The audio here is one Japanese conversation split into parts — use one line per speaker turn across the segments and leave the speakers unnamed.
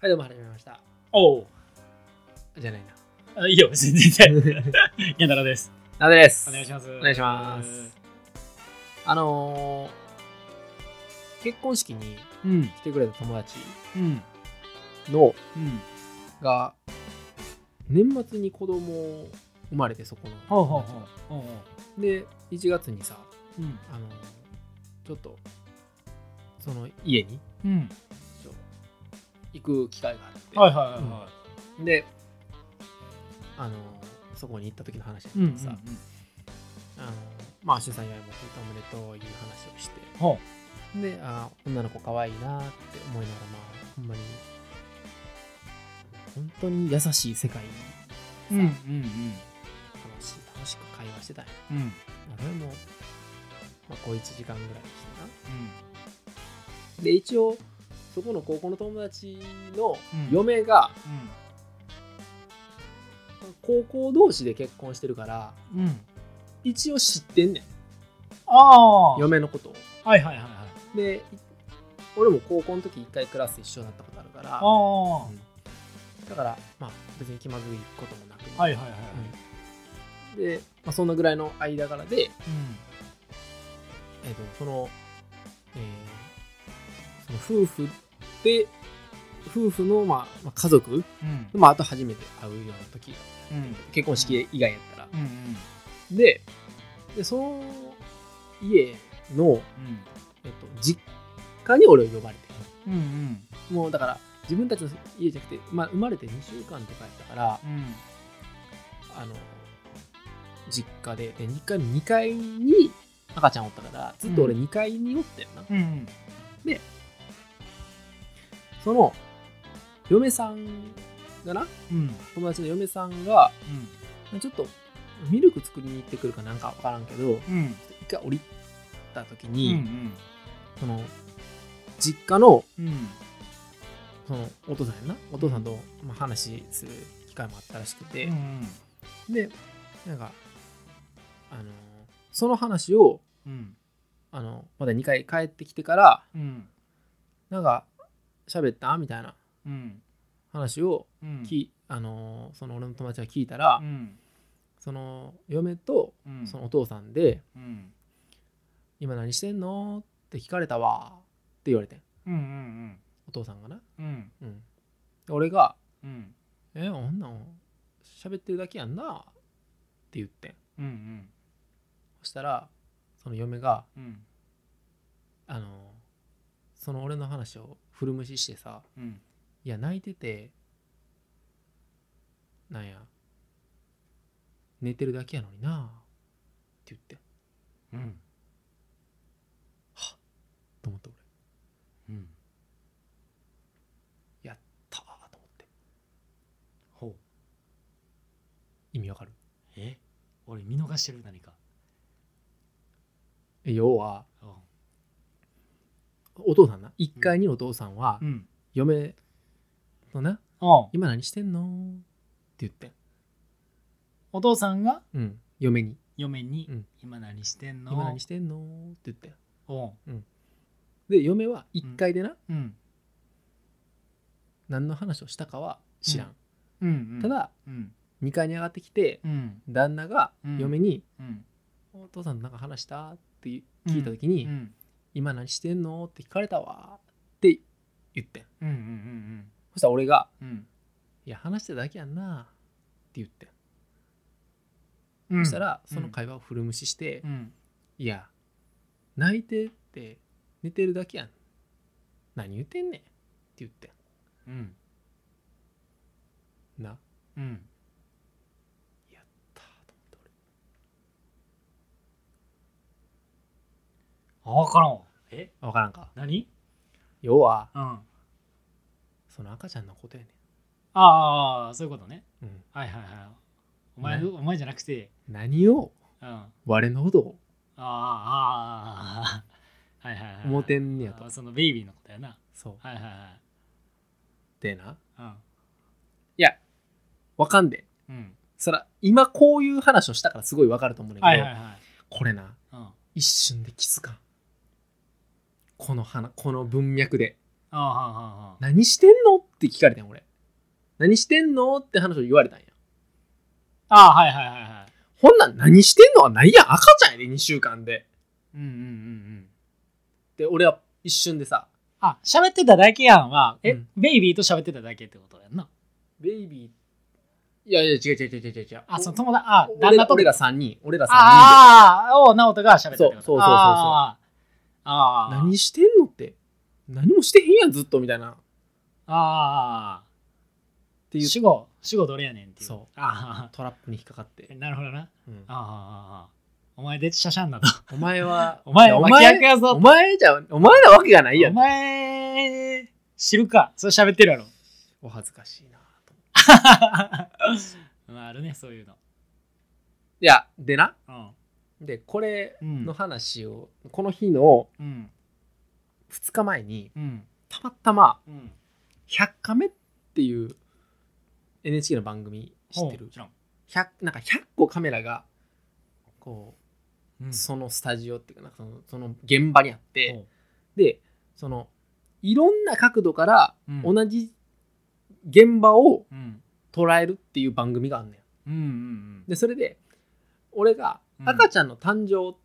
はい、どうも、始めました。
おう
じゃないな。
あいいよ、全然。 源太郎です。
なぜです。
お願いします。お
お願いします。あのー、結婚式に
うん、
来てくれた友達
うん、
の
うん。
が、年末に子供生まれて、そこの。
ほうほうほう。ほうほ
で、1月にさ、
う。うん、
あのーちょっと、その家に
うん。
ちょっと行く機会があって、
はいはいはいは
で、あのーそこに行った時の話だ
い。
けどさ、あのまあ主催祝いもついたおめでとういう話をして
ほ
であ女の子可愛いなって思いながらまあほんまに本当に優しい世界に
う。うん、うん、
楽しい楽しく会話してたんや
うん。うん、
まあそれも、まあ、小1時間ぐらいしてなで一応そこの高校の友達の
うん
嫁が
うん、
高校同士で結婚してるから
うん。うん。
一応知ってんねん
ああ。はい
嫁のことを
はいはいはい。
でい俺も高校の時一回クラス一緒になったことあるから
ああ。は
だから、まあ、別に気まずいこともなく、
いはいはい。
で、まあ、そんなぐらいの間柄で、
うん。
えー、とその,、えーその夫婦で夫婦の、まあまあ、家族、
うん。
まあ、あと初めて会うような時
うん。
結婚式以外やったら、
うん。
ででその家の、
うん。
えー、と実家に俺を呼ばれて
うん。うん。
もうだから自分たちの家じゃなくて、まあ、生まれて2週間とかやったから
うん。
あの実家でで2階の2階に赤ちゃんおったからずっと俺
うん
2階におったよな、
うん。
その嫁さんがな
うん。
友達の嫁さんがちょっとミルク作りに行ってくるかなんかわからんけど
うん。うん。
一回降りた時
う
に、
ん。
その実家の
うん。
そのお父さんやなお父さんと、まあ、話する機会もあったらしくて、でなんかあのその話を
うん。
あのまだ2回帰ってきてから
うん。
なんか喋ったみたいな
うん。
話を
うん。
き、あのーその俺の友達が聞いたら、
うん。
その嫁と
うん。
そのお父さんで
うん。
「今何してんの?」って聞かれたわって言われてん
うん。うん。
お父さんがな、
うん。
うん、で俺が
うん。
「え女んなん喋ってるだけやんな」って言ってん
うん。
そしたらその嫁が
うん。
あのーその俺の話を古無視してさ
うん。
「いや泣いててなんや寝てるだけやのにな」って言ってん
うん。
と思って俺
うん。
たーと思って
ほう。
意味わかる
え俺見逃してる何か。
え要は
う
お父さんな1階にお父さんは
ん。
嫁のな
お
「今何してんの?」って言ってん
お父さんが
うん嫁に
嫁に
うん
今何して
「
んの
今何してんの?」って言ってん
おう。
で嫁は1階でな、
うん。
何の話をしたかは知らん、
うん。
た、だ
うん。
2階に上がってきて
うん。
旦那が
うん
嫁に
うん。
「お父さんとなんか話した?」って聞いた時に「
うん。
今何してんの?」って聞かれたわって言ってん
うん。うん。
そしたら俺が
うん。
「いや話してただけやんな」って言ってん
うん。
そした、ら
うん
その会話を古無視して、
うん。
いや泣いてって寝てるだけやん何言ってんねんって言って
うん。
んな
うん。
やったーと思って
あ、わからんわ。え
俺分からんか
何
要は
うん。あ
その赤ちゃんのことやね
あ、そういうことね。
ん、うん、
はいはいはい。お前、お前じゃなくて、
何を
うん。あ
我のことを
あ、ああ、 はいはいはい。
思ってんねやと
あそのベイビーのことやな。
そう
はいはいはい。
でな
うん。
分かんで
うん。
そら今こういう話をしたからすごい分かると思うねんだ
は
け
い
ど、
はいはい。
これな
うん。あ
一瞬で気づかんこの花この文脈で
あはあはあはあ。
何してんのっって聞かれてん俺何してんのって話を言われたんや
ああ、はいはいはいはい。
ほんなん何してんのはないやん赤ちゃんやで2週間で
うんうんうんうん。
で俺は一瞬でさ
あ、喋ってただけやんは、え、
うん
ベイビーと喋ってただけってことやんな。
ベイビーいやいや違う違う違う違う違う
あ、その友達、あ
お、
旦那と
俺ら3人俺ら3人で
ああ、を直人が喋ってたってこと
そうそうそうそう
ああああ。
何してんのって何もしてへんやんずっとみたいなっ
ああ。
ていう
主語、主語どれやねんっていう。
そう
あ
トラップに引っかかって
あ、、 なるほどな。
うん
ああああああ。お前でシャシャンだな。
お前は
お前、
いや
お
お
前
前
役やぞ
お。前じゃお前なわけがないや
お
ん
前、知るか。それ喋ってる やろ。
お恥ずかしいなと思って
まあ、あるね、そういうの。
いやでな
うん。
でこれ
うん
の話を、この日の
うん。
2日前に
うん。
たまたま
うん。
「100カメ」っていう NHK の番組知って
ほう
る
知らん。
100なんか100個カメラがこ
う
う、
ん
そのスタジオっていうかなんかそのその現場にあって、
ほう
でそのいろんな角度から
うん
同じ現場を
うん。
捉えるっていう番組があんね
うんうん
ん。でそれで俺が
うん
赤ちゃんの誕生っ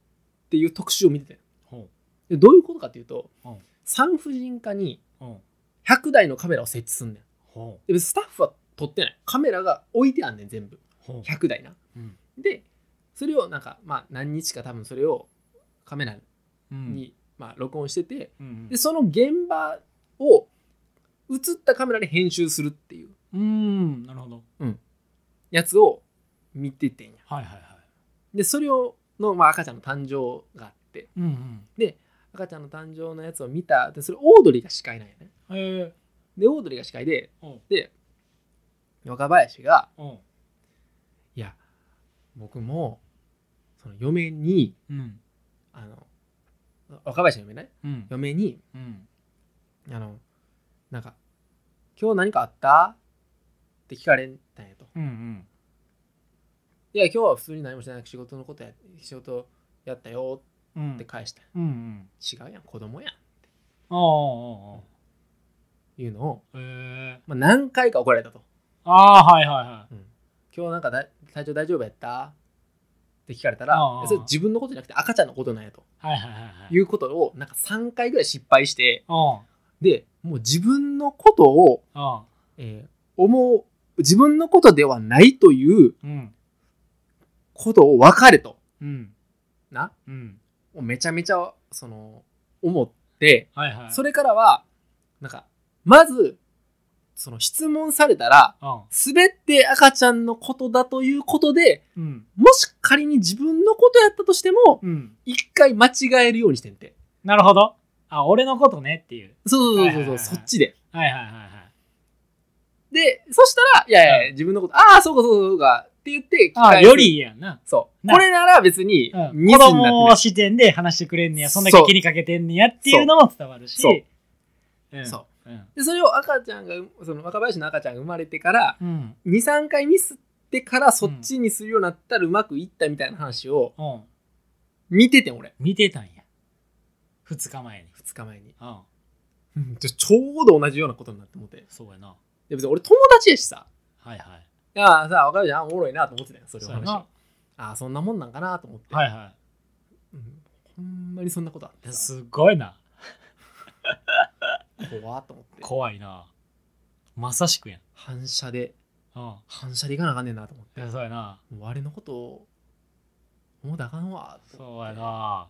ていう特集を見てたよ
ほ
でどういうことかっていうと、
うん
産婦人科に
う。ほ
100台のカメラを設置すんねん
う。ほ
で別にスタッフは撮ってないカメラが置いてあんねん全部
う。ほ
100台な
う。うん。
でそれをなんかまあ何日か多分それをカメラに、
うん。
まあ、録音してて
うん
でその現場を映ったカメラで編集するっていう
うん。なるほど。
やつを見ててんや
はいはいはい。
でそれをの、まあ、赤ちゃんの誕生があって
うんうん。
赤ちゃんの誕生のやつを見たでそれオードリーが司会なんやね
へえ。
でオードリーが司会で
おう
で若林が
おう。
いや僕もその嫁に
うん。
あの若林の嫁ね
うん。
嫁に
うん。
あのなんか「今日何かあった?」って聞かれたんやと
うんうん。
「いや今日は普通に何もしてない仕事のことや仕事やったよ」
うん。
って返した
うんうん。
ん違うやん子供やんっ
ああ。あ
ていうのを、
あああへえ。
まあ、何回か怒られたと
ああ、はいはいはい。
「今日なんかだ体調大丈夫やった?」って聞かれたら
ああ
それ自分のことじゃなくて赤ちゃんのことなんやと
はいはいはいはい。。
いううことをなんか3回ぐらい失敗して
あ
でもう自分のことを、
あ。ああ。
えー思う自分のことではないという
うん。
ことを分かれと
うん。
な
うん。
もうめちゃめちゃその思って
はいはい。
そ
れ。
れからはなんかまずその質問されたら
ああ。
全て赤ちゃんのことだということで
うん。
もし仮に自分のことやったとしても
うん。
一回間違えるようにしてんて
なるほど。あ、俺のことねっていう。
そうそうそう
はいは
そ、
いうはい
そっちで
はいはいはいはい。
でそしたらいやいや、
うん
自分のことああそうかそうかそうかって言って
ああ、
聞き返す
よりいいやんな。
そう
な
これなら別に
うん、
ミスにな
子
って
供
な
を
い、
視点で話してくれんねやそんだけ
そう
気にかけてんねやっていうのも伝わるし
そう
うん
そ
うん
でそれを赤ちゃんがその若林の赤ちゃんが生まれてから
うん
23回ミスってからそっちにするようになったらうまくいったみたいな話を
うん
見ててん俺
見てたんや2日前に
2日前に
うん
でちょうど同じようなことになって思ってで
そうやな
別に俺友達やしさ
はいはい
ああさあ分かるじゃんおもろいなと思ってたよそれ
そ
を
うや
話
な
ああそんなもんなんかなと思って、
はいは
うんほんまにそんなことあっ
い
てさ
すごいな
怖っと思って
怖いなまさしくやん
反射で
うん
反射でいかなあかんねんなと思っ
い
て
やそうやな
もうあれのことを思うたらあかんわと思
そうや
って
な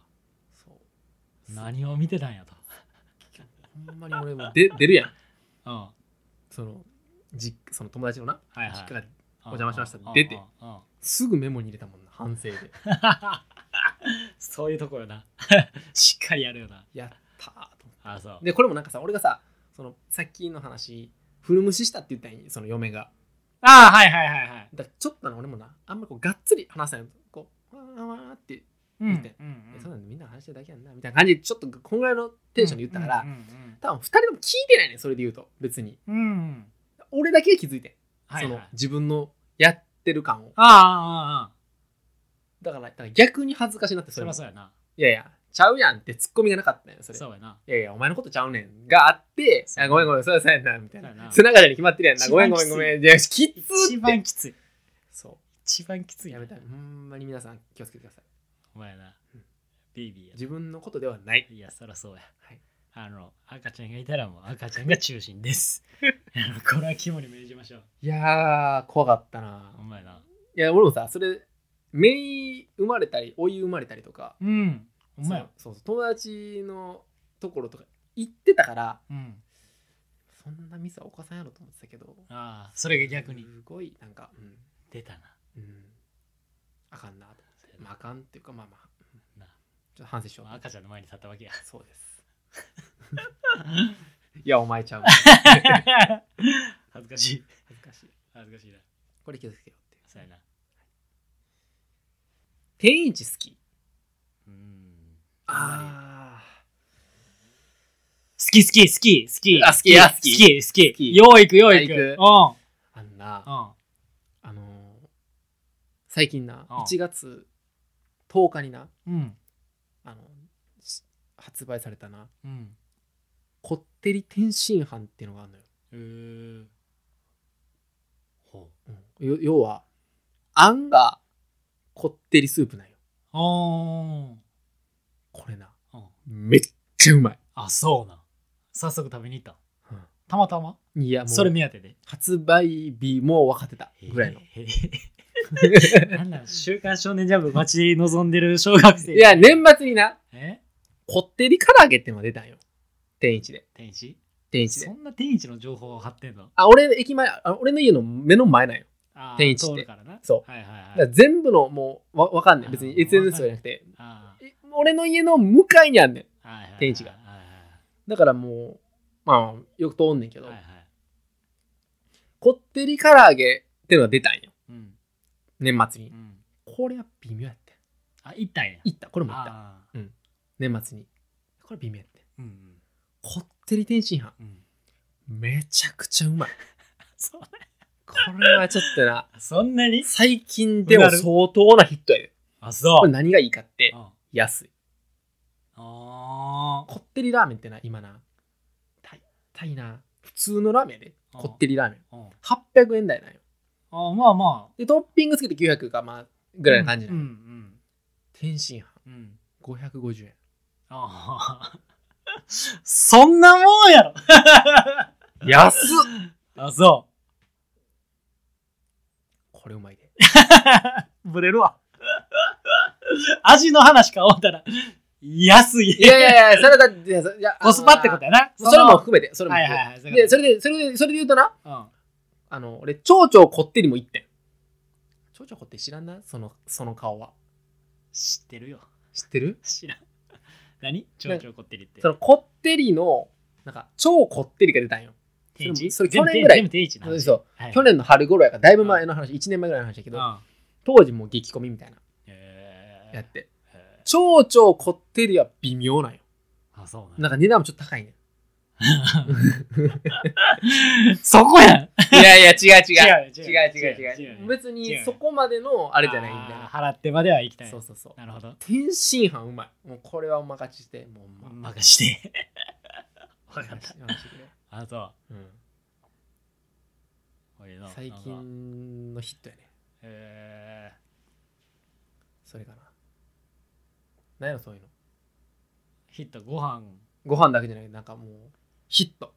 そう
何を見てたんやと
ほんまに俺もう出出るやん
うんは
その実その友達のない実家
はい
がお邪魔しました
うん
出て
うんうんうん
すぐメモに入れたもんな反省で
そういうとこよ なしっかりやるよな
やったーと思っ
あそう
てでこれもなんかさ俺がさそのさっきの話古虫したって言ったんやその嫁が
ああはいはいはいはい
だからちょっとな俺もなあんまこうがっつり話せないこうわーわーって、
うん
見て
うんうん
そうなんだみんな話してるだけやんなみたいな感じでちょっとこんぐらいのテンションで言ったから、
うんうん
多分2人とも聞いてないねんそれで言うと別に
うんうんうん
俺だけが気づいてん、
はいはい
その自分のやってる感を
ああああああ
だからだから逆に恥ずかしいなって
そ
そ
り
れ
ゃ
も
そうやない
やいやちゃうやんってツッコミがなかったんよそれ
そうやな。
いやいやお前のことちゃうねんがあって
そう
あごめんごめんそうやそうやなみたいな
そうやな
背中じゃに決まってるやんな
一
ごめ
番
んごめんごめんいやきつ
一
って
番きつい。
そ
一番きつ
う
いな。
やめたいほんまに皆さん気をつけてください
お前な
うん。
ベイビー
自分のことではない
や。いや、そらそうや。
はい
あの、赤ちゃんがいたらもう赤ちゃんが中心 です。あのこれは肝に銘じましょう。
いやー怖かったな
お前な。
いや俺もさそれめい生まれたりおい生まれたりとか
うん。お
そ
前
うそうそう友達のところとか行ってたから
うん。
そんなミスは犯さんやろと思ってたけど
ああ、それが逆に。
すごいなんかう
出たな。
ん、うん、あかんなとまああかんっていうかまあまあうん
な
ちょっと反省しよう
まあ赤ちゃんの前に立った わけや。
そうです いやお前ちゃう
恥ずかしい。
恥ずかしい
恥ずかしいな。
これ気をつけようっていう
そうやな。
天一好き
うん。
あ
好き好き好き好き
あ好きや好
好
き
き好き
好き
よう行くよう行
よ
く
う
うん
ああんな
うん
あのー最近な
うん
1月10日にな
うん
あのし発売されたな
うん
こってり天津飯っていうのがあるのよ、
えーほ
うんよ要はあんがこってりスープなんよ
うお
これな
ーうん
めっちゃうまい、
あそうなん早速食べに行った
う
たまたま
んいやも
それ
う
目当てで
発売日もう分かってたぐ らいの
へーなんなん週刊少年ジャンプ待ち望んでる小学生
いや年末にな
え
こってり唐揚げっていうのが出たんよ天一で
天一
天一
そ
で
んな天一の情報を貼ってんの
あ俺駅前あ俺の家の目の前なんよ
あー
天一って
通るからな
そう
はいはい
だ
は
から
い
全部のもうわわかんない別
あ
に
ー
SNS とかじゃなくて
あー
え俺の家の向かいにあんねん
はいはいはい
天一が
はいは
だからもうまあよく通んねんけど、
いはいはい
こってり唐揚げってのが出たんよ
うん
年末に
うん
これは微妙やって
あ行ったんや
行ったこれも行った
あ
年末にこれ微妙やって
ーうん
こってり天津飯
うんうん
めちゃくちゃうまい
そう
これはちょっとな
そんなに
最近でも相当なヒットやで
あ、そ
これ
う。
何がいいかって
あ
安い
あー。
こってりラーメンってな今なたいたいな普通のラーメンやで
あ
こってりラーメン
うん
800円台なんよ
あまあまあ。
でトッピングつけて900がまあぐらいな感じな
うん
の、
うん
天津飯
うん。うん。
550円
ああ。 そんなもんやろ
安っ
あ、そ
これうまいで
う。 ブレるわ。味の話か思ったら、安い。
いやいやいやそれだっていやそいや
コスパってことやな。
あーそれも
の
含めてそれも
はい
含
はい
め
はい。
て
うい
で
うこ
それでそれでそれで言うとな
とうん。
あの俺蝶々こってりも1点蝶々こってり知らんなそのその顔は
知ってるよ。
知ってる
知らん。 何ちょうちょうこってりって
そ。のこってりのなんか超こってりが出たんよ
定位置
それ
全部
去年ぐらい
全部定位置な
そう
話。
そう
はい
去年の春頃やからだいぶ前の話1年前ぐらいの話だけ
う
ど
ん。
当時もう激コミみたいな
へー
やって
へー
蝶々こってりは微妙なんよ
あ、そうなんや
なんか値段もちょっと高いね
そこやん
いやいや違う違
違う
違う違う違う別にそこまでのあ
あ
れじゃないみたいな
払ってまでは行きたい
そうそうそう
なるほど
天津飯うまいもうこれはお任せしてもうほんま
任 して
お
分
任
かっ
せ
た
お任せしてくれ
あと
うん
こういうの
最
なんか
近のヒットやね
えー
それかな何やろそういうの
ヒットご飯
ご飯だけじゃないなんかもうヒット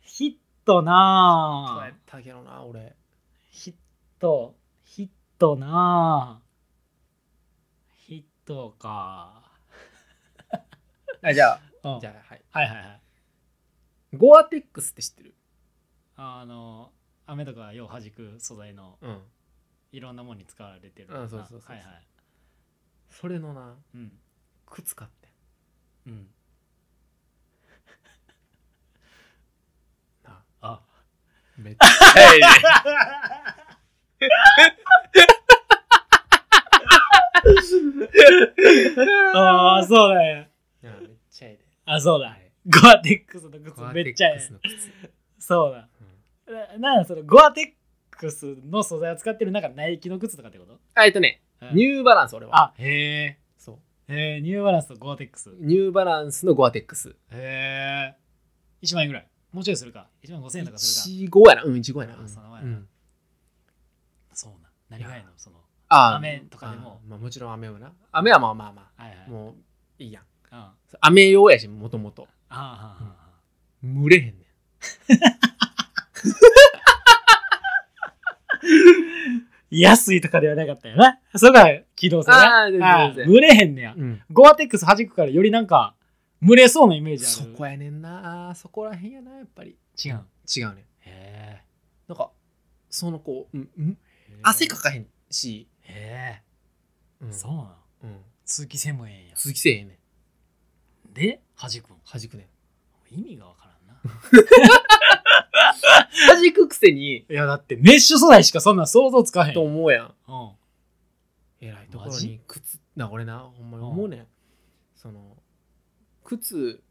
ヒット
そう
な
やっ
ぁ
たけどな俺
ヒットヒットなぁヒットか
あじゃ
う
あ
ん
じゃあはい
はいはいはい
ゴアテックスって知ってる
あの雨とかよう弾く素材の
うん
いろんなものに使われてる
うんそうそうそうそう
はいはい
それのな
うん
靴買ってん
うん
な
あ
めっち ゃいいね
ああそうだよ
うんめっちゃいいね
あそうだ
い
ゴアテックスの
ゴア
靴
テ
めっちゃ
ッ
え
クス
え
の靴
そうだ
うん
ななんだそのゴアテックスの素材を使ってる中ナイキの靴とかってこと
あえっとね
うん
ニューバランス俺は
あへ
そう
ええー、ニューバランスとゴアテックス。
ニューバランスのゴアテックス。
えー、1万円ぐらい。もうちょいするか。1万5千円とかするか。
1五やな。うん、1五やな。
あ
うん
その前
う
なんそうなん。何がいいのその。
あー
雨とかでも
あーまあ、もちろん雨はな。雨はまあまあま
はいはい。
あ。もういいやん。
うん。あ
雨用やし、もともと。
あ、あ
蒸れへんねん。
安いとかではなかったよな。そこが起動性
あー全然
な。あ
全
ー
然
蒸れへんねや。
うん、
ゴアテックス弾くからよりなんか、蒸れそうなイメージある。
そこやねんな。そこらへんやな、やっぱり。
違う。
違うねん。
へ
なんか、そのこう、うんうん、
え。
汗かかへんし、
へ
う
え。
ん
そうなの。
う、ん、
通気性もええんや。
通気せえへん ねん。
で、弾くん。
弾くねん。
意味がわからんな。
弾くくせに、
いや、だってメッシュ素材しかそんな想像つかへん。
と
うん。
思うやん。
は
えらいところ
マジ
に靴な俺なほんまに思うねん、その靴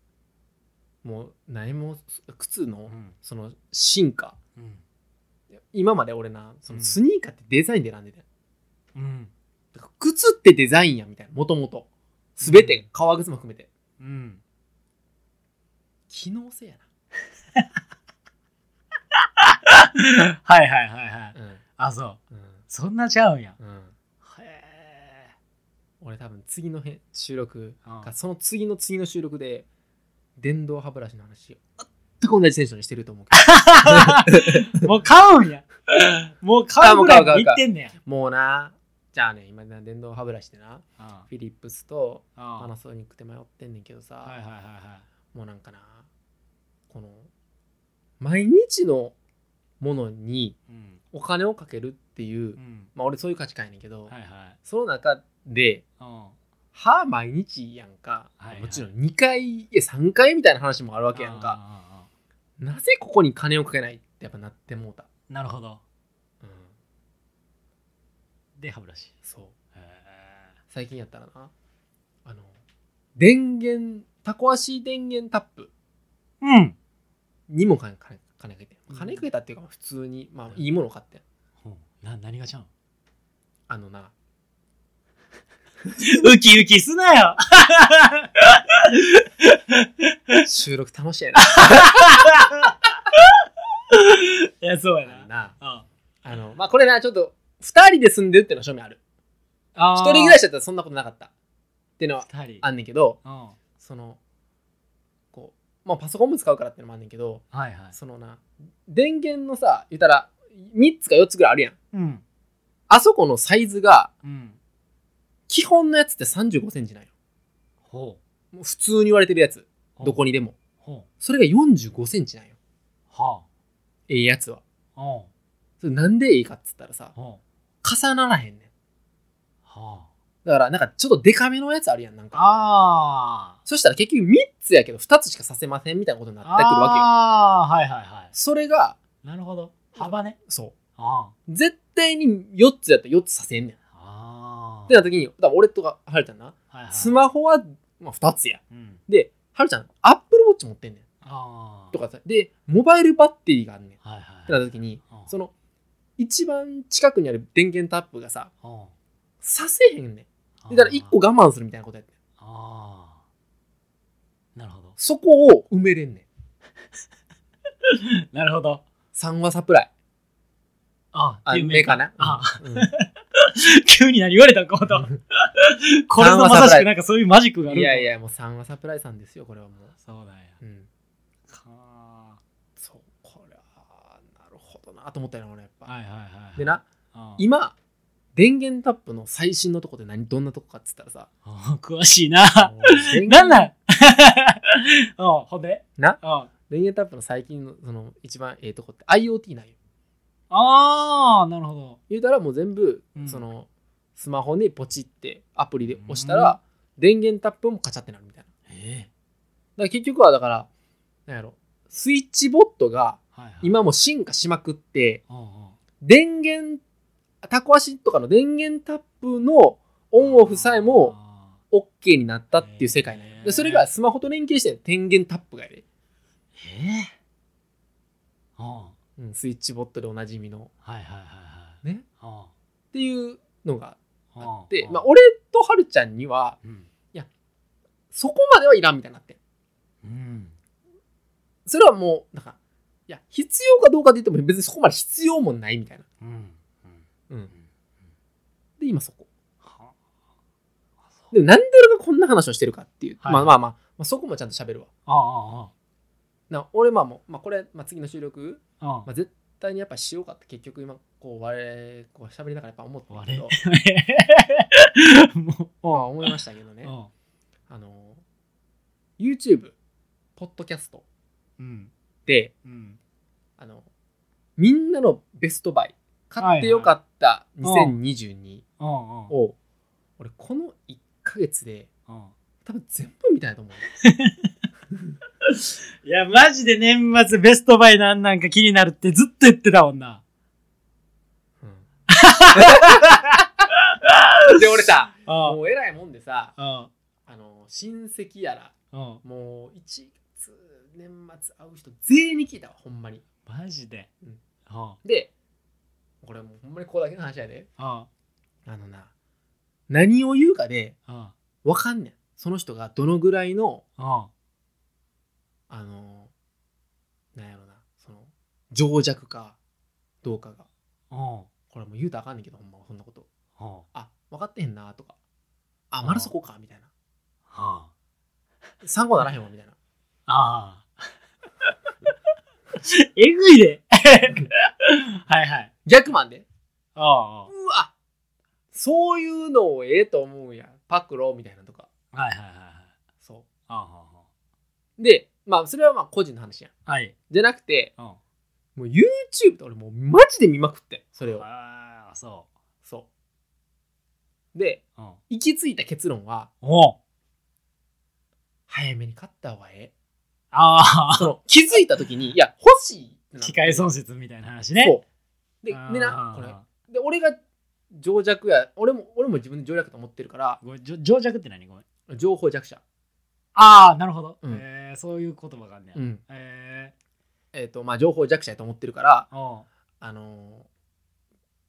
もう何も靴の、
ん
その進化
うん。
今まで俺なそうの
ん
スニーカーってデザインで選んでたよ
うん。
だから靴ってデザインやみたいなもともと全
うん
て革靴も含めて
うん。
機能性や
はいはいはいはい。
な
あ、そう。
うん
そんなちゃうんや。
うん、うん、
へえ。
俺多分次のへ収録
うん
かその次の次の収録で電動歯ブラシの話を全く同じテンションにしてると思うけど
もう買うんや。もう買うぐらい
あもう買う買う買う
言ってんねや。
もうなじゃあね今な電動歯ブラシでな
あ
フィリップスと
あ
パ
は
ナソニックって迷ってんねんけどさ、
いはいはいは
もうなんかなこの毎日のものに
い。うん。
お金をかけるっていう、
うん。
まあ俺そういう価値観やねんけど、
はいはい。
その中で
うん。わ
歯毎日やんか、
はいはい
もちろん2回いや3回みたいな話もあるわけやんか。なぜここに金をかけないってやっぱなってもうた、
なるほど。
うん、
で、歯ブラシ。
そう
へ
最近やったらなあの電源タコ足電源タップ
え。うん。
にも金金金かけて
うん
金かけたっていうか普通にまあいいもの買ってん
な、何がちゃうん
あのな
ウキウキすなよ
収録楽しいや な
いや、そうや
あの
な。
な
あ
あのまあこれなちょっと2人で住んでるっていうのは正味ある
あ
1人暮らしだったらそんなことなかったっていうのは
二人。
あんねんけど
うん。
そのこうまあパソコンも使うからっていうのもあんねんけど
はいはい。
そのな電源のさ言ったら3つか4つぐらいあるやん
うん。
あそこのサイズが
うん。
基本のやつって3 5センチなんよ
ほ
もう普通に言われてるやつ
う。
どこにでも
ほ
それが4 5センチなんよ
う。は
ええやつは
あ。うん。
それなんでいいかっつったらさ
ほ
重ならへんねん
う。は
だからなんかちょっとデカめのやつあるやんなん
あ。
か
ああ。
そしたら結局3つやけど2つしかさせませんみたいなことになってくるわけよ
ああ、はいはいは
それが
い。なるほど。幅ね。
そ
あ
う絶対に4つやったら4つさせんねんっ
あ。ああ。
てなった時にだから俺とかはるちゃんな
はいはい、
スマホは、まあ、2つや
うん。
ではるちゃんアップルウォッチ持ってんねん
ああ。
と。かさでモバイルバッテリーがあんねんっ
はいはい。
てなった時に
うん
その一番近くにある電源タップがさ
うん
させへんねんでだから1個我慢するみたいなことやってん
ああ。なるほど。
そこを埋めれんねん
なるほど。
3話サプライ
あ
あ目かな
あ、
うん
急に何言われたのかと。これぞまさしくなんかそういうマジックがある
いやい。やもう3はサプライさんですよこれはも
そうだよ。
う、うん、
か
そうこれはなるほどなと思ったよな俺やっぱ、
はいはいはい。
で、な
うん、
今電源タップの最新のとこって何どんなとこかっつったらさ
うん詳しいな。
もう電源
なんなんうん、ほんで
な
うん。あ
電源タップの最近のその一番ええとこって IoT なんよ
あー、なるほど。
言うたらもう全部、
うん
そのスマホにポチってアプリで押したら、電源タップもカチャってなるみたいなだか
ええ
ら結局はだからなんやろスイッチボットが
はいはい。
今も進化しまくって、
うんうん、
電源タコ足とかの電源タップのオンオフさえも
あ
OK になったっていう世界なんよ
へー
でそれがスマホと連携して電源タップがやで、
ー。ええうん。はい
うん、スイッチボットでおなじみの
はいはいはい。
ね
うん。
っていうのが
うん
あって
うん
まあ俺とはるちゃんには
うん。
いそこまではいらんみたいになって
うん
それはもうなんかいや必要かどうかで言っても別にそこまで必要もないみたいな、
うん
うん、で今そこ
はあそう
でもなんで俺がこんな話をしてるかっていう、
はい
まあまあまあ、まあ、そこもちゃんと喋るわ
ああ
な俺まあもう、まあ、これ、まあ、次の収録、
あああ
まあ、絶対にやっぱしようかって結局今こう我々こう喋りながらやっぱ思ったけど
あも
まあ思いましたけど
う
ね
あ
あの YouTube ポッドキャスト
うん
で
うん
あのみんなのベストバイ買ってよかった
はいはい
2022
あああ
を俺この1ヶ月で
ああ
多分全部見たいと思う
いやマジで年末ベストバイなんなんか気になるってずっと言ってたもんな
で俺さ
あ
もう偉いもんでさ
あ
あの親戚やら
あ
もう1月年末会う人全員に聞いたわほんまに
マジで
うん
あ
でこれもうほんまにここだけの話やで
あ
あのな何を言うかで
あ
わかんねんその人がどのぐらいの
あ
あのなんやろなその情弱かどうかが
あ
これもう言うたらあかんねんけどほんまそんなこと
あ
あ分かってへんなとかあまだそこかみたいな
あ
産後ならへんわみたいな
ああ。 えぐいで。 はいはい。
逆マンで
あ
うわそういうのをええと思うんやパクロみたいなのとか
あ。はいはいはいはい。
そ
あ
うでまあそれはまあ個人の話やん
あ。はい。
じゃなくて
うん。
もう YouTube で俺もうマジで見まくってそれを
ああ、そ
そうで
う。うん。
行き着いた結論は
おう
早めに買った方がええ
あ
そ の気づいた時にいや欲しいって
あ。
なって
機械損失みたいな話ね。
そうででなこれ
あ
で俺が情弱や俺も俺も自分で情弱と思ってるから
ーごめんじょ情弱って何ごめん。
情報弱者
ああ、なるほど。
うん
えーそういう言葉があんねや。
うん
え
えっ、とまあ情報弱者やと思ってるから
ー、おう
あの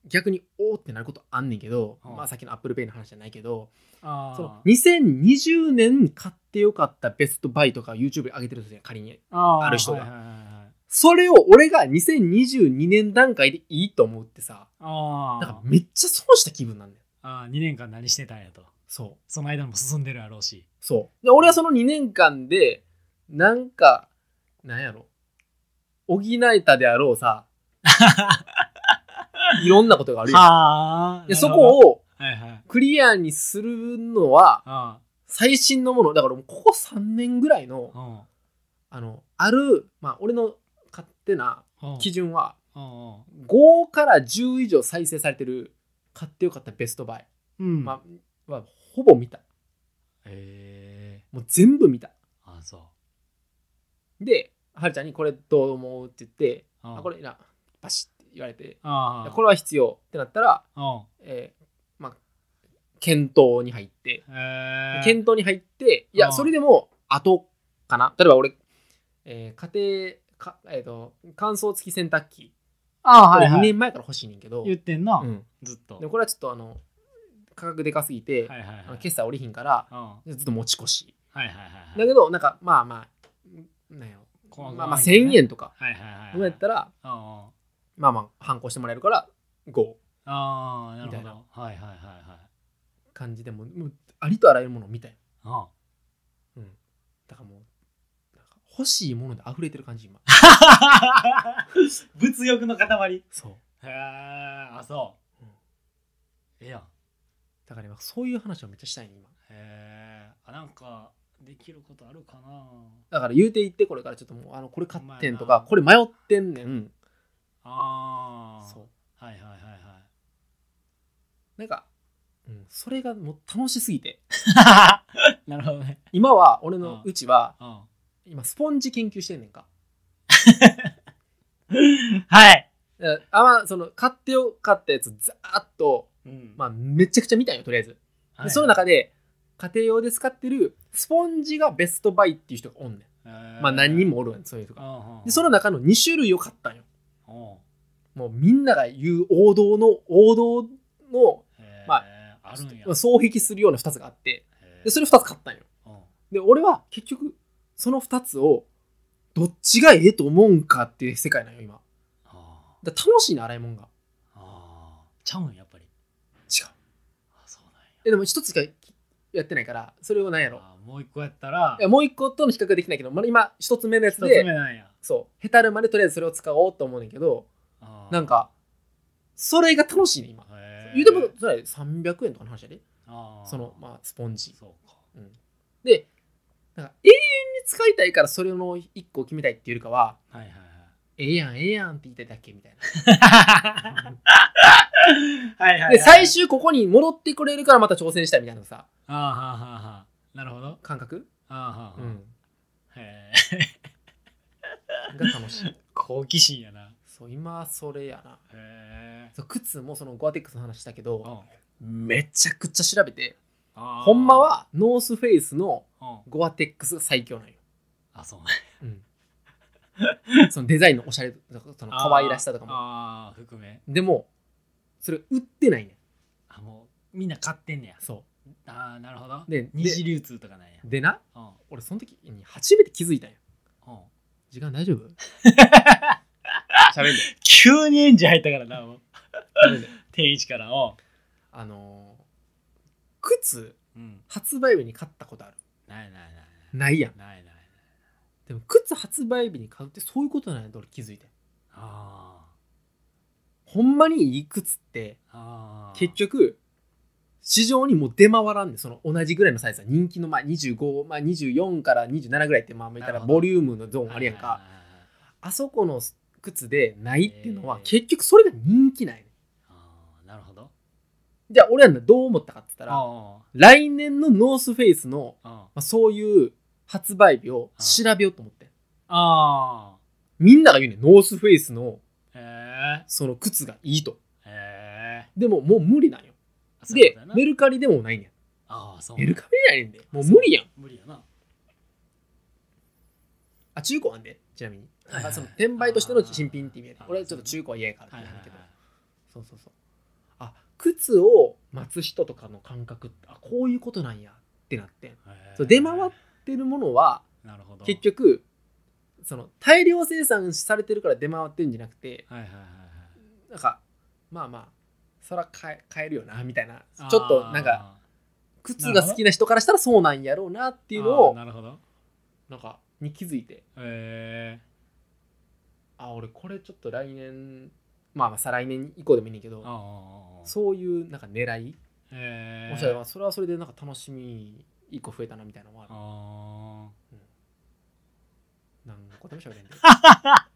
ー逆におーってなることあんねんけど、
うん
まあさっきの ApplePay の話じゃないけど
あ
その
ー
2020年買ってよかったベストバイとか YouTube に上げてるんですよ仮に
あー
ある人が
はいはいはいはい
それを俺が2022年段階でいいと思うってさなんか
あー
めっちゃ損した気分なんだよ
あー、2年間何してたんやと。
そう
その間も進んでるやろうし。
そう。で、俺はその2年間で、なんか、なんやろ、補えたであろう さ、いろんなことがあるよ。
はあ。
でそこを
を。はいはい。
クリアにするのは、
あ
最新のもの、だからもうここ3年ぐらいの
あ。、うん。
あの、ある、まあ、俺の勝手な基準は、
うんうん
5から10以上再生されてる、買ってよかったベストバイ、
うん
まあ、はほぼ見た。
へえ
もう全部見た。
あそう
で、はるちゃんにこれどう思うって言って、
あ
あこれなバシッて言われて
ああ
これは必要ってなったら、
うん
えーまあ、検討に入って
へえ
検討に入っていうや
ん
それでも後かな例えば俺、えー家庭か、えー、と乾燥付き洗濯機
ああ
こ
は
れ
いは
2
い
年前から欲しいねんけど、
言ってんな
うん
ずっと
でもこれはちょっとあの価格でかすぎて、
はいはい
あ
は
の
い
決済降りひんから
うんはい
ずっと持ち越し
はいはい
だけどなんかまあまあなんやろ
こわ
まあまあ
ごわみたいな
1000円とか
はいはいはい
どうやったら
うんうん
まあまあ反抗してもらえるから5
ああなる
みた
ほ
い
ど
な
はいはいはいはい
感じでもうもうありとあらゆるものを見たよ
うん
だからもうなんか欲しいもので溢れてる感じ今
物欲の塊
そう
へえあそう
うん
ええやん
だから今そういう話をめっちゃしたいね今
へえあなんかできることあるかな
だから言うて言ってこれからちょっともうあのこれ買ってんと
ほんまや
か
な
これ迷ってんねん
ああ
そう
はいはいはいはい
なんか、うん、それがもう楽しすぎ て
なるほどね。
今は俺の
うん
うちは
うん、
今スポンジ研究してんねんか
はい。
だからあまあその買ってよかったやつざーっと、
うん
まあ、めちゃくちゃ見たんよとりあえず、
あ
でその中で家庭用で使ってるスポンジがベストバイっていう人がおんねんまあ何人
も。
もおるわそういう人が
うんうん
でその中の2種類を買ったんよ
うん
もうみんなが言う王道の王道の
へー
ま
あるんや。
双璧するような2つがあって
へー
でそれ2つ買ったんよ
うん
で俺は結局その2つをどっちがええと思うんかっていう世界なんよ今
あ
だから楽しいな洗い物が
ーあーちゃうんやっぱり
違う
あそうなんや
えでも一つしかやってないからそれを何やろ
あーもう一個やったら
いやもう一個との比較はできないけど、まあ、今一つ目のや
一
つ
つ目
で
なんや
そうヘタるまでとりあえずそれを使おうと思うねんだけどなんかそれが楽しいね今言うてもそれ300円とかの話やでその
あ
まあスポンジ
ーそうか
でなんか永遠に使いたいからそれの一個を決めたいっていうよりかは
はいはいはい
ええやんええやんって言いたいだけみたい
はいはいは
ないで最終ここに戻ってくれるからまた挑戦したいみたいなさ
あーはーはーはーなるほど
感覚、
あー
う
はーはー
ん、
へえ
が楽しい
好奇心やな
そう今それやな
へえ
そう靴もそのゴアテックスの話したけど、
うん
めちゃくちゃ調べて
あー
ほんまはノースフェイスの
うん
ゴアテックスが最強なんよ、
あそう
そのデザインのおしゃれとかその可愛らしさとかも
あーあー含め
でもそれ売ってないね
あもうみんな買ってんねや
んそ
ああなるほど
うで
二次
で
流通とかなんや
でな
うんうん
俺その時に初めて気づいたんよ時間大丈夫喋んで
急にエンジン入ったからなもう
喋んで
定位置からを
あのー靴
うん
発売日に買ったことある
ないないないな
な
い
いやん
ないない
でも靴発売日に買うってそういうことなんやと俺気づいて
あ
ほんまにいい靴って
ーあー
結局市場にもう出回らんねんその同じぐらいのサイズは人気のまあ25、まあ、24から27ぐらいってまあ見た
なる
ら
ほど
ボリュームのゾーンあるやん
はい
か
はいはいはい
あそこの靴でないっていうのは
へー
結局それが人気ないねん
あーなるほど
じゃあ俺らどう思ったかって言ったら
あ
来年のノースフェイスの、
ああ
まあ、そういう発売日を調べようと思ってん
あ
みんなが言うねんノースフェイスの
ーへ
その靴がいいと
えへ
でももう無理なんよ
え
でメルカリでもないねん
ああそう
メルカリじゃねんでもう無理やん
無理やな
あ中古なんでちなみに、
はいはい
あその転売としての新品って意味やで
あー
俺はちょっと中古は嫌やからって
はい
言
は
うん
いは
だけ
い
ど、そうそうそうあ靴を待つ人とかの感覚ってあこういうことなんやってなって
へー
そう出回ってるものは
なるほど
結局その大量生産されてるから出回ってるんじゃなくて
はいはいはいはい
なんかまあまあそら買え買えるよなみたいなちょっとなんか靴が好きな人からしたらそうなんやろうなって
て
いうのを
なるほど
なんかに気づいて
へえ
あ俺これちょっと来年まあまあ再来年以降でもいいねんけど
ああ
そういうなんか狙い
へえ
もしかしたらそれはそれでなんか楽しみ一個増えたなみたいなのは
あー
何個でも喋れんであ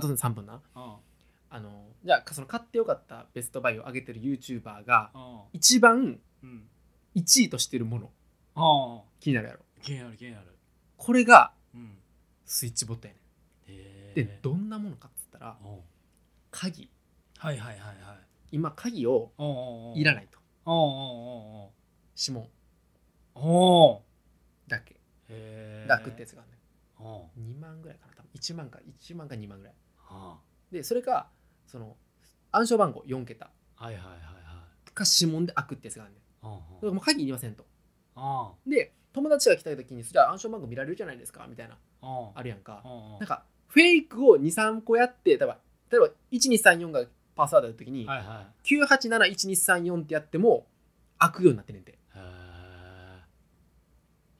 と3分な
あ
あのじゃあその買ってよかったベストバイを上げてる YouTuber が
あ
一番
うん
1位としてるもの
あ
気になるやろ
あ気になる気になる
これが
うん
スイッチボットやね
へ
ん
え
でどんなものかっつったら
おう
鍵
はいはいはいはい
今鍵を
おうおうおう
いらないと
おうおう
指紋
おうおうおう
だけ
へえ
楽ってやつがあるね
おう
2万ぐらいかな多分1万か1万か2万ぐらい
あ
でそれかその暗証番号4桁
あはいはいはいはい
か指紋で開くってやつがあるね
おう
だか
お
ら
う
もう鍵いりませんと
あ
で友達が来た時にじゃあ暗証番号見られるじゃないですかみたいな
あおう
あるやんか
おう
なんかフェイクを23個やって例えば例えば1234がパスワードの時に
はいはい
9871234ってやっても開くようになってねんて
へえ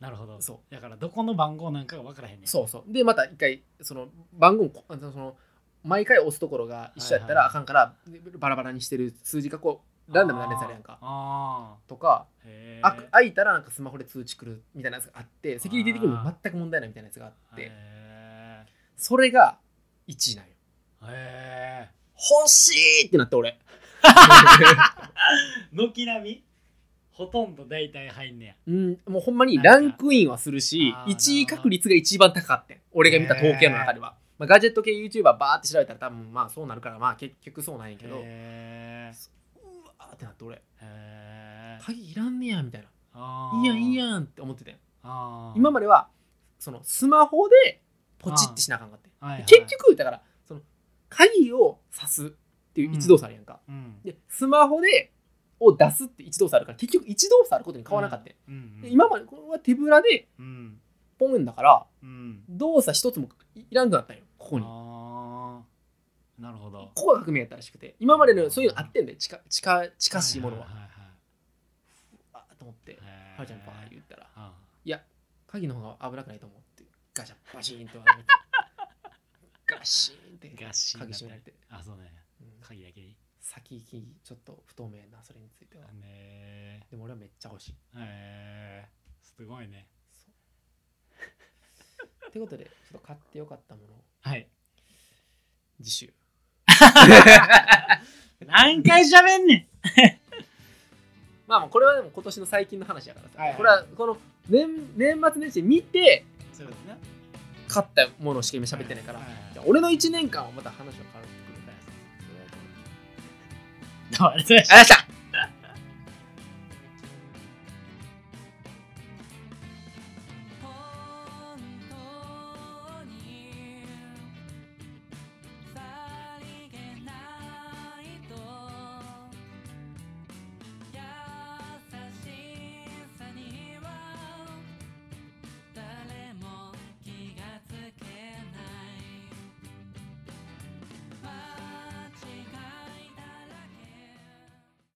なるほど
そ
だからどこの番号なんかが分からへんねん
そうそうでまた一回その番号こあのその毎回押すところが一緒やった
はいはい
らあかんからでバラバラにしてる数字がこうランダムになるやつあるやんか
あ
とか
ーあーへえ
あく開いたらなんかスマホで通知来るみたいなやつがあってセキュリティ的にも全く問題ないみたいなやつがあって
へ
それが1位なんよ
えへ
欲しいってなって俺
え軒並みほとんど大体入んねや
うんもうほんまにランクインはするし
あー
1位確率が一番高かってん俺が見た統計の中では、まあ、ガジェット系 YouTuber バーって調べたら多分まあそうなるからまあ結局そうなんやけどう
へえ
わーってなって俺
へえ
鍵いらんねやみたいな
あー
いいやんいいやんって思ってて
あー
今まではそのスマホでポチってしなあかんかってん
はいはい
結局だからその鍵を挿すっていう一動作あるやんか、
うん
でスマホでを出すって一動作あるから結局一動作あることに変わらなかったよ、
うんうん
で今までこれは手ぶらで
うん
ポンだから
うん
動作一つもいらんくなったんよここにこ
ああなるほど
こが革命やったらしくて今までのそういうのあってんだよ近近近しいものは,、
はいはいは
あーと思って
いはい
はるちゃんにバー言ったら
あ
いや鍵の方が危なくないと思うってガシャバシーンとガシーンって
ガシーンだ
鍵
ね
閉められて、
ーあそうね
うん
鍵だけに
先行きちょっと不透明なそれについては
ね
でも俺はめっちゃ欲しい
えーすごいね
そうってことでちょっと買ってよかったものを
はい
自 習
何回喋んね
まあもうこれはでも今年の最近の話やからさ、
はいはい
これはこの年年末年始見て
んそうですね
買ったものをしか今喋ってないから、
はいはいはい
じゃあ俺の1年間はまた話は変わってくるから
どうもありがとうございま
ありがとうご
した
ざいました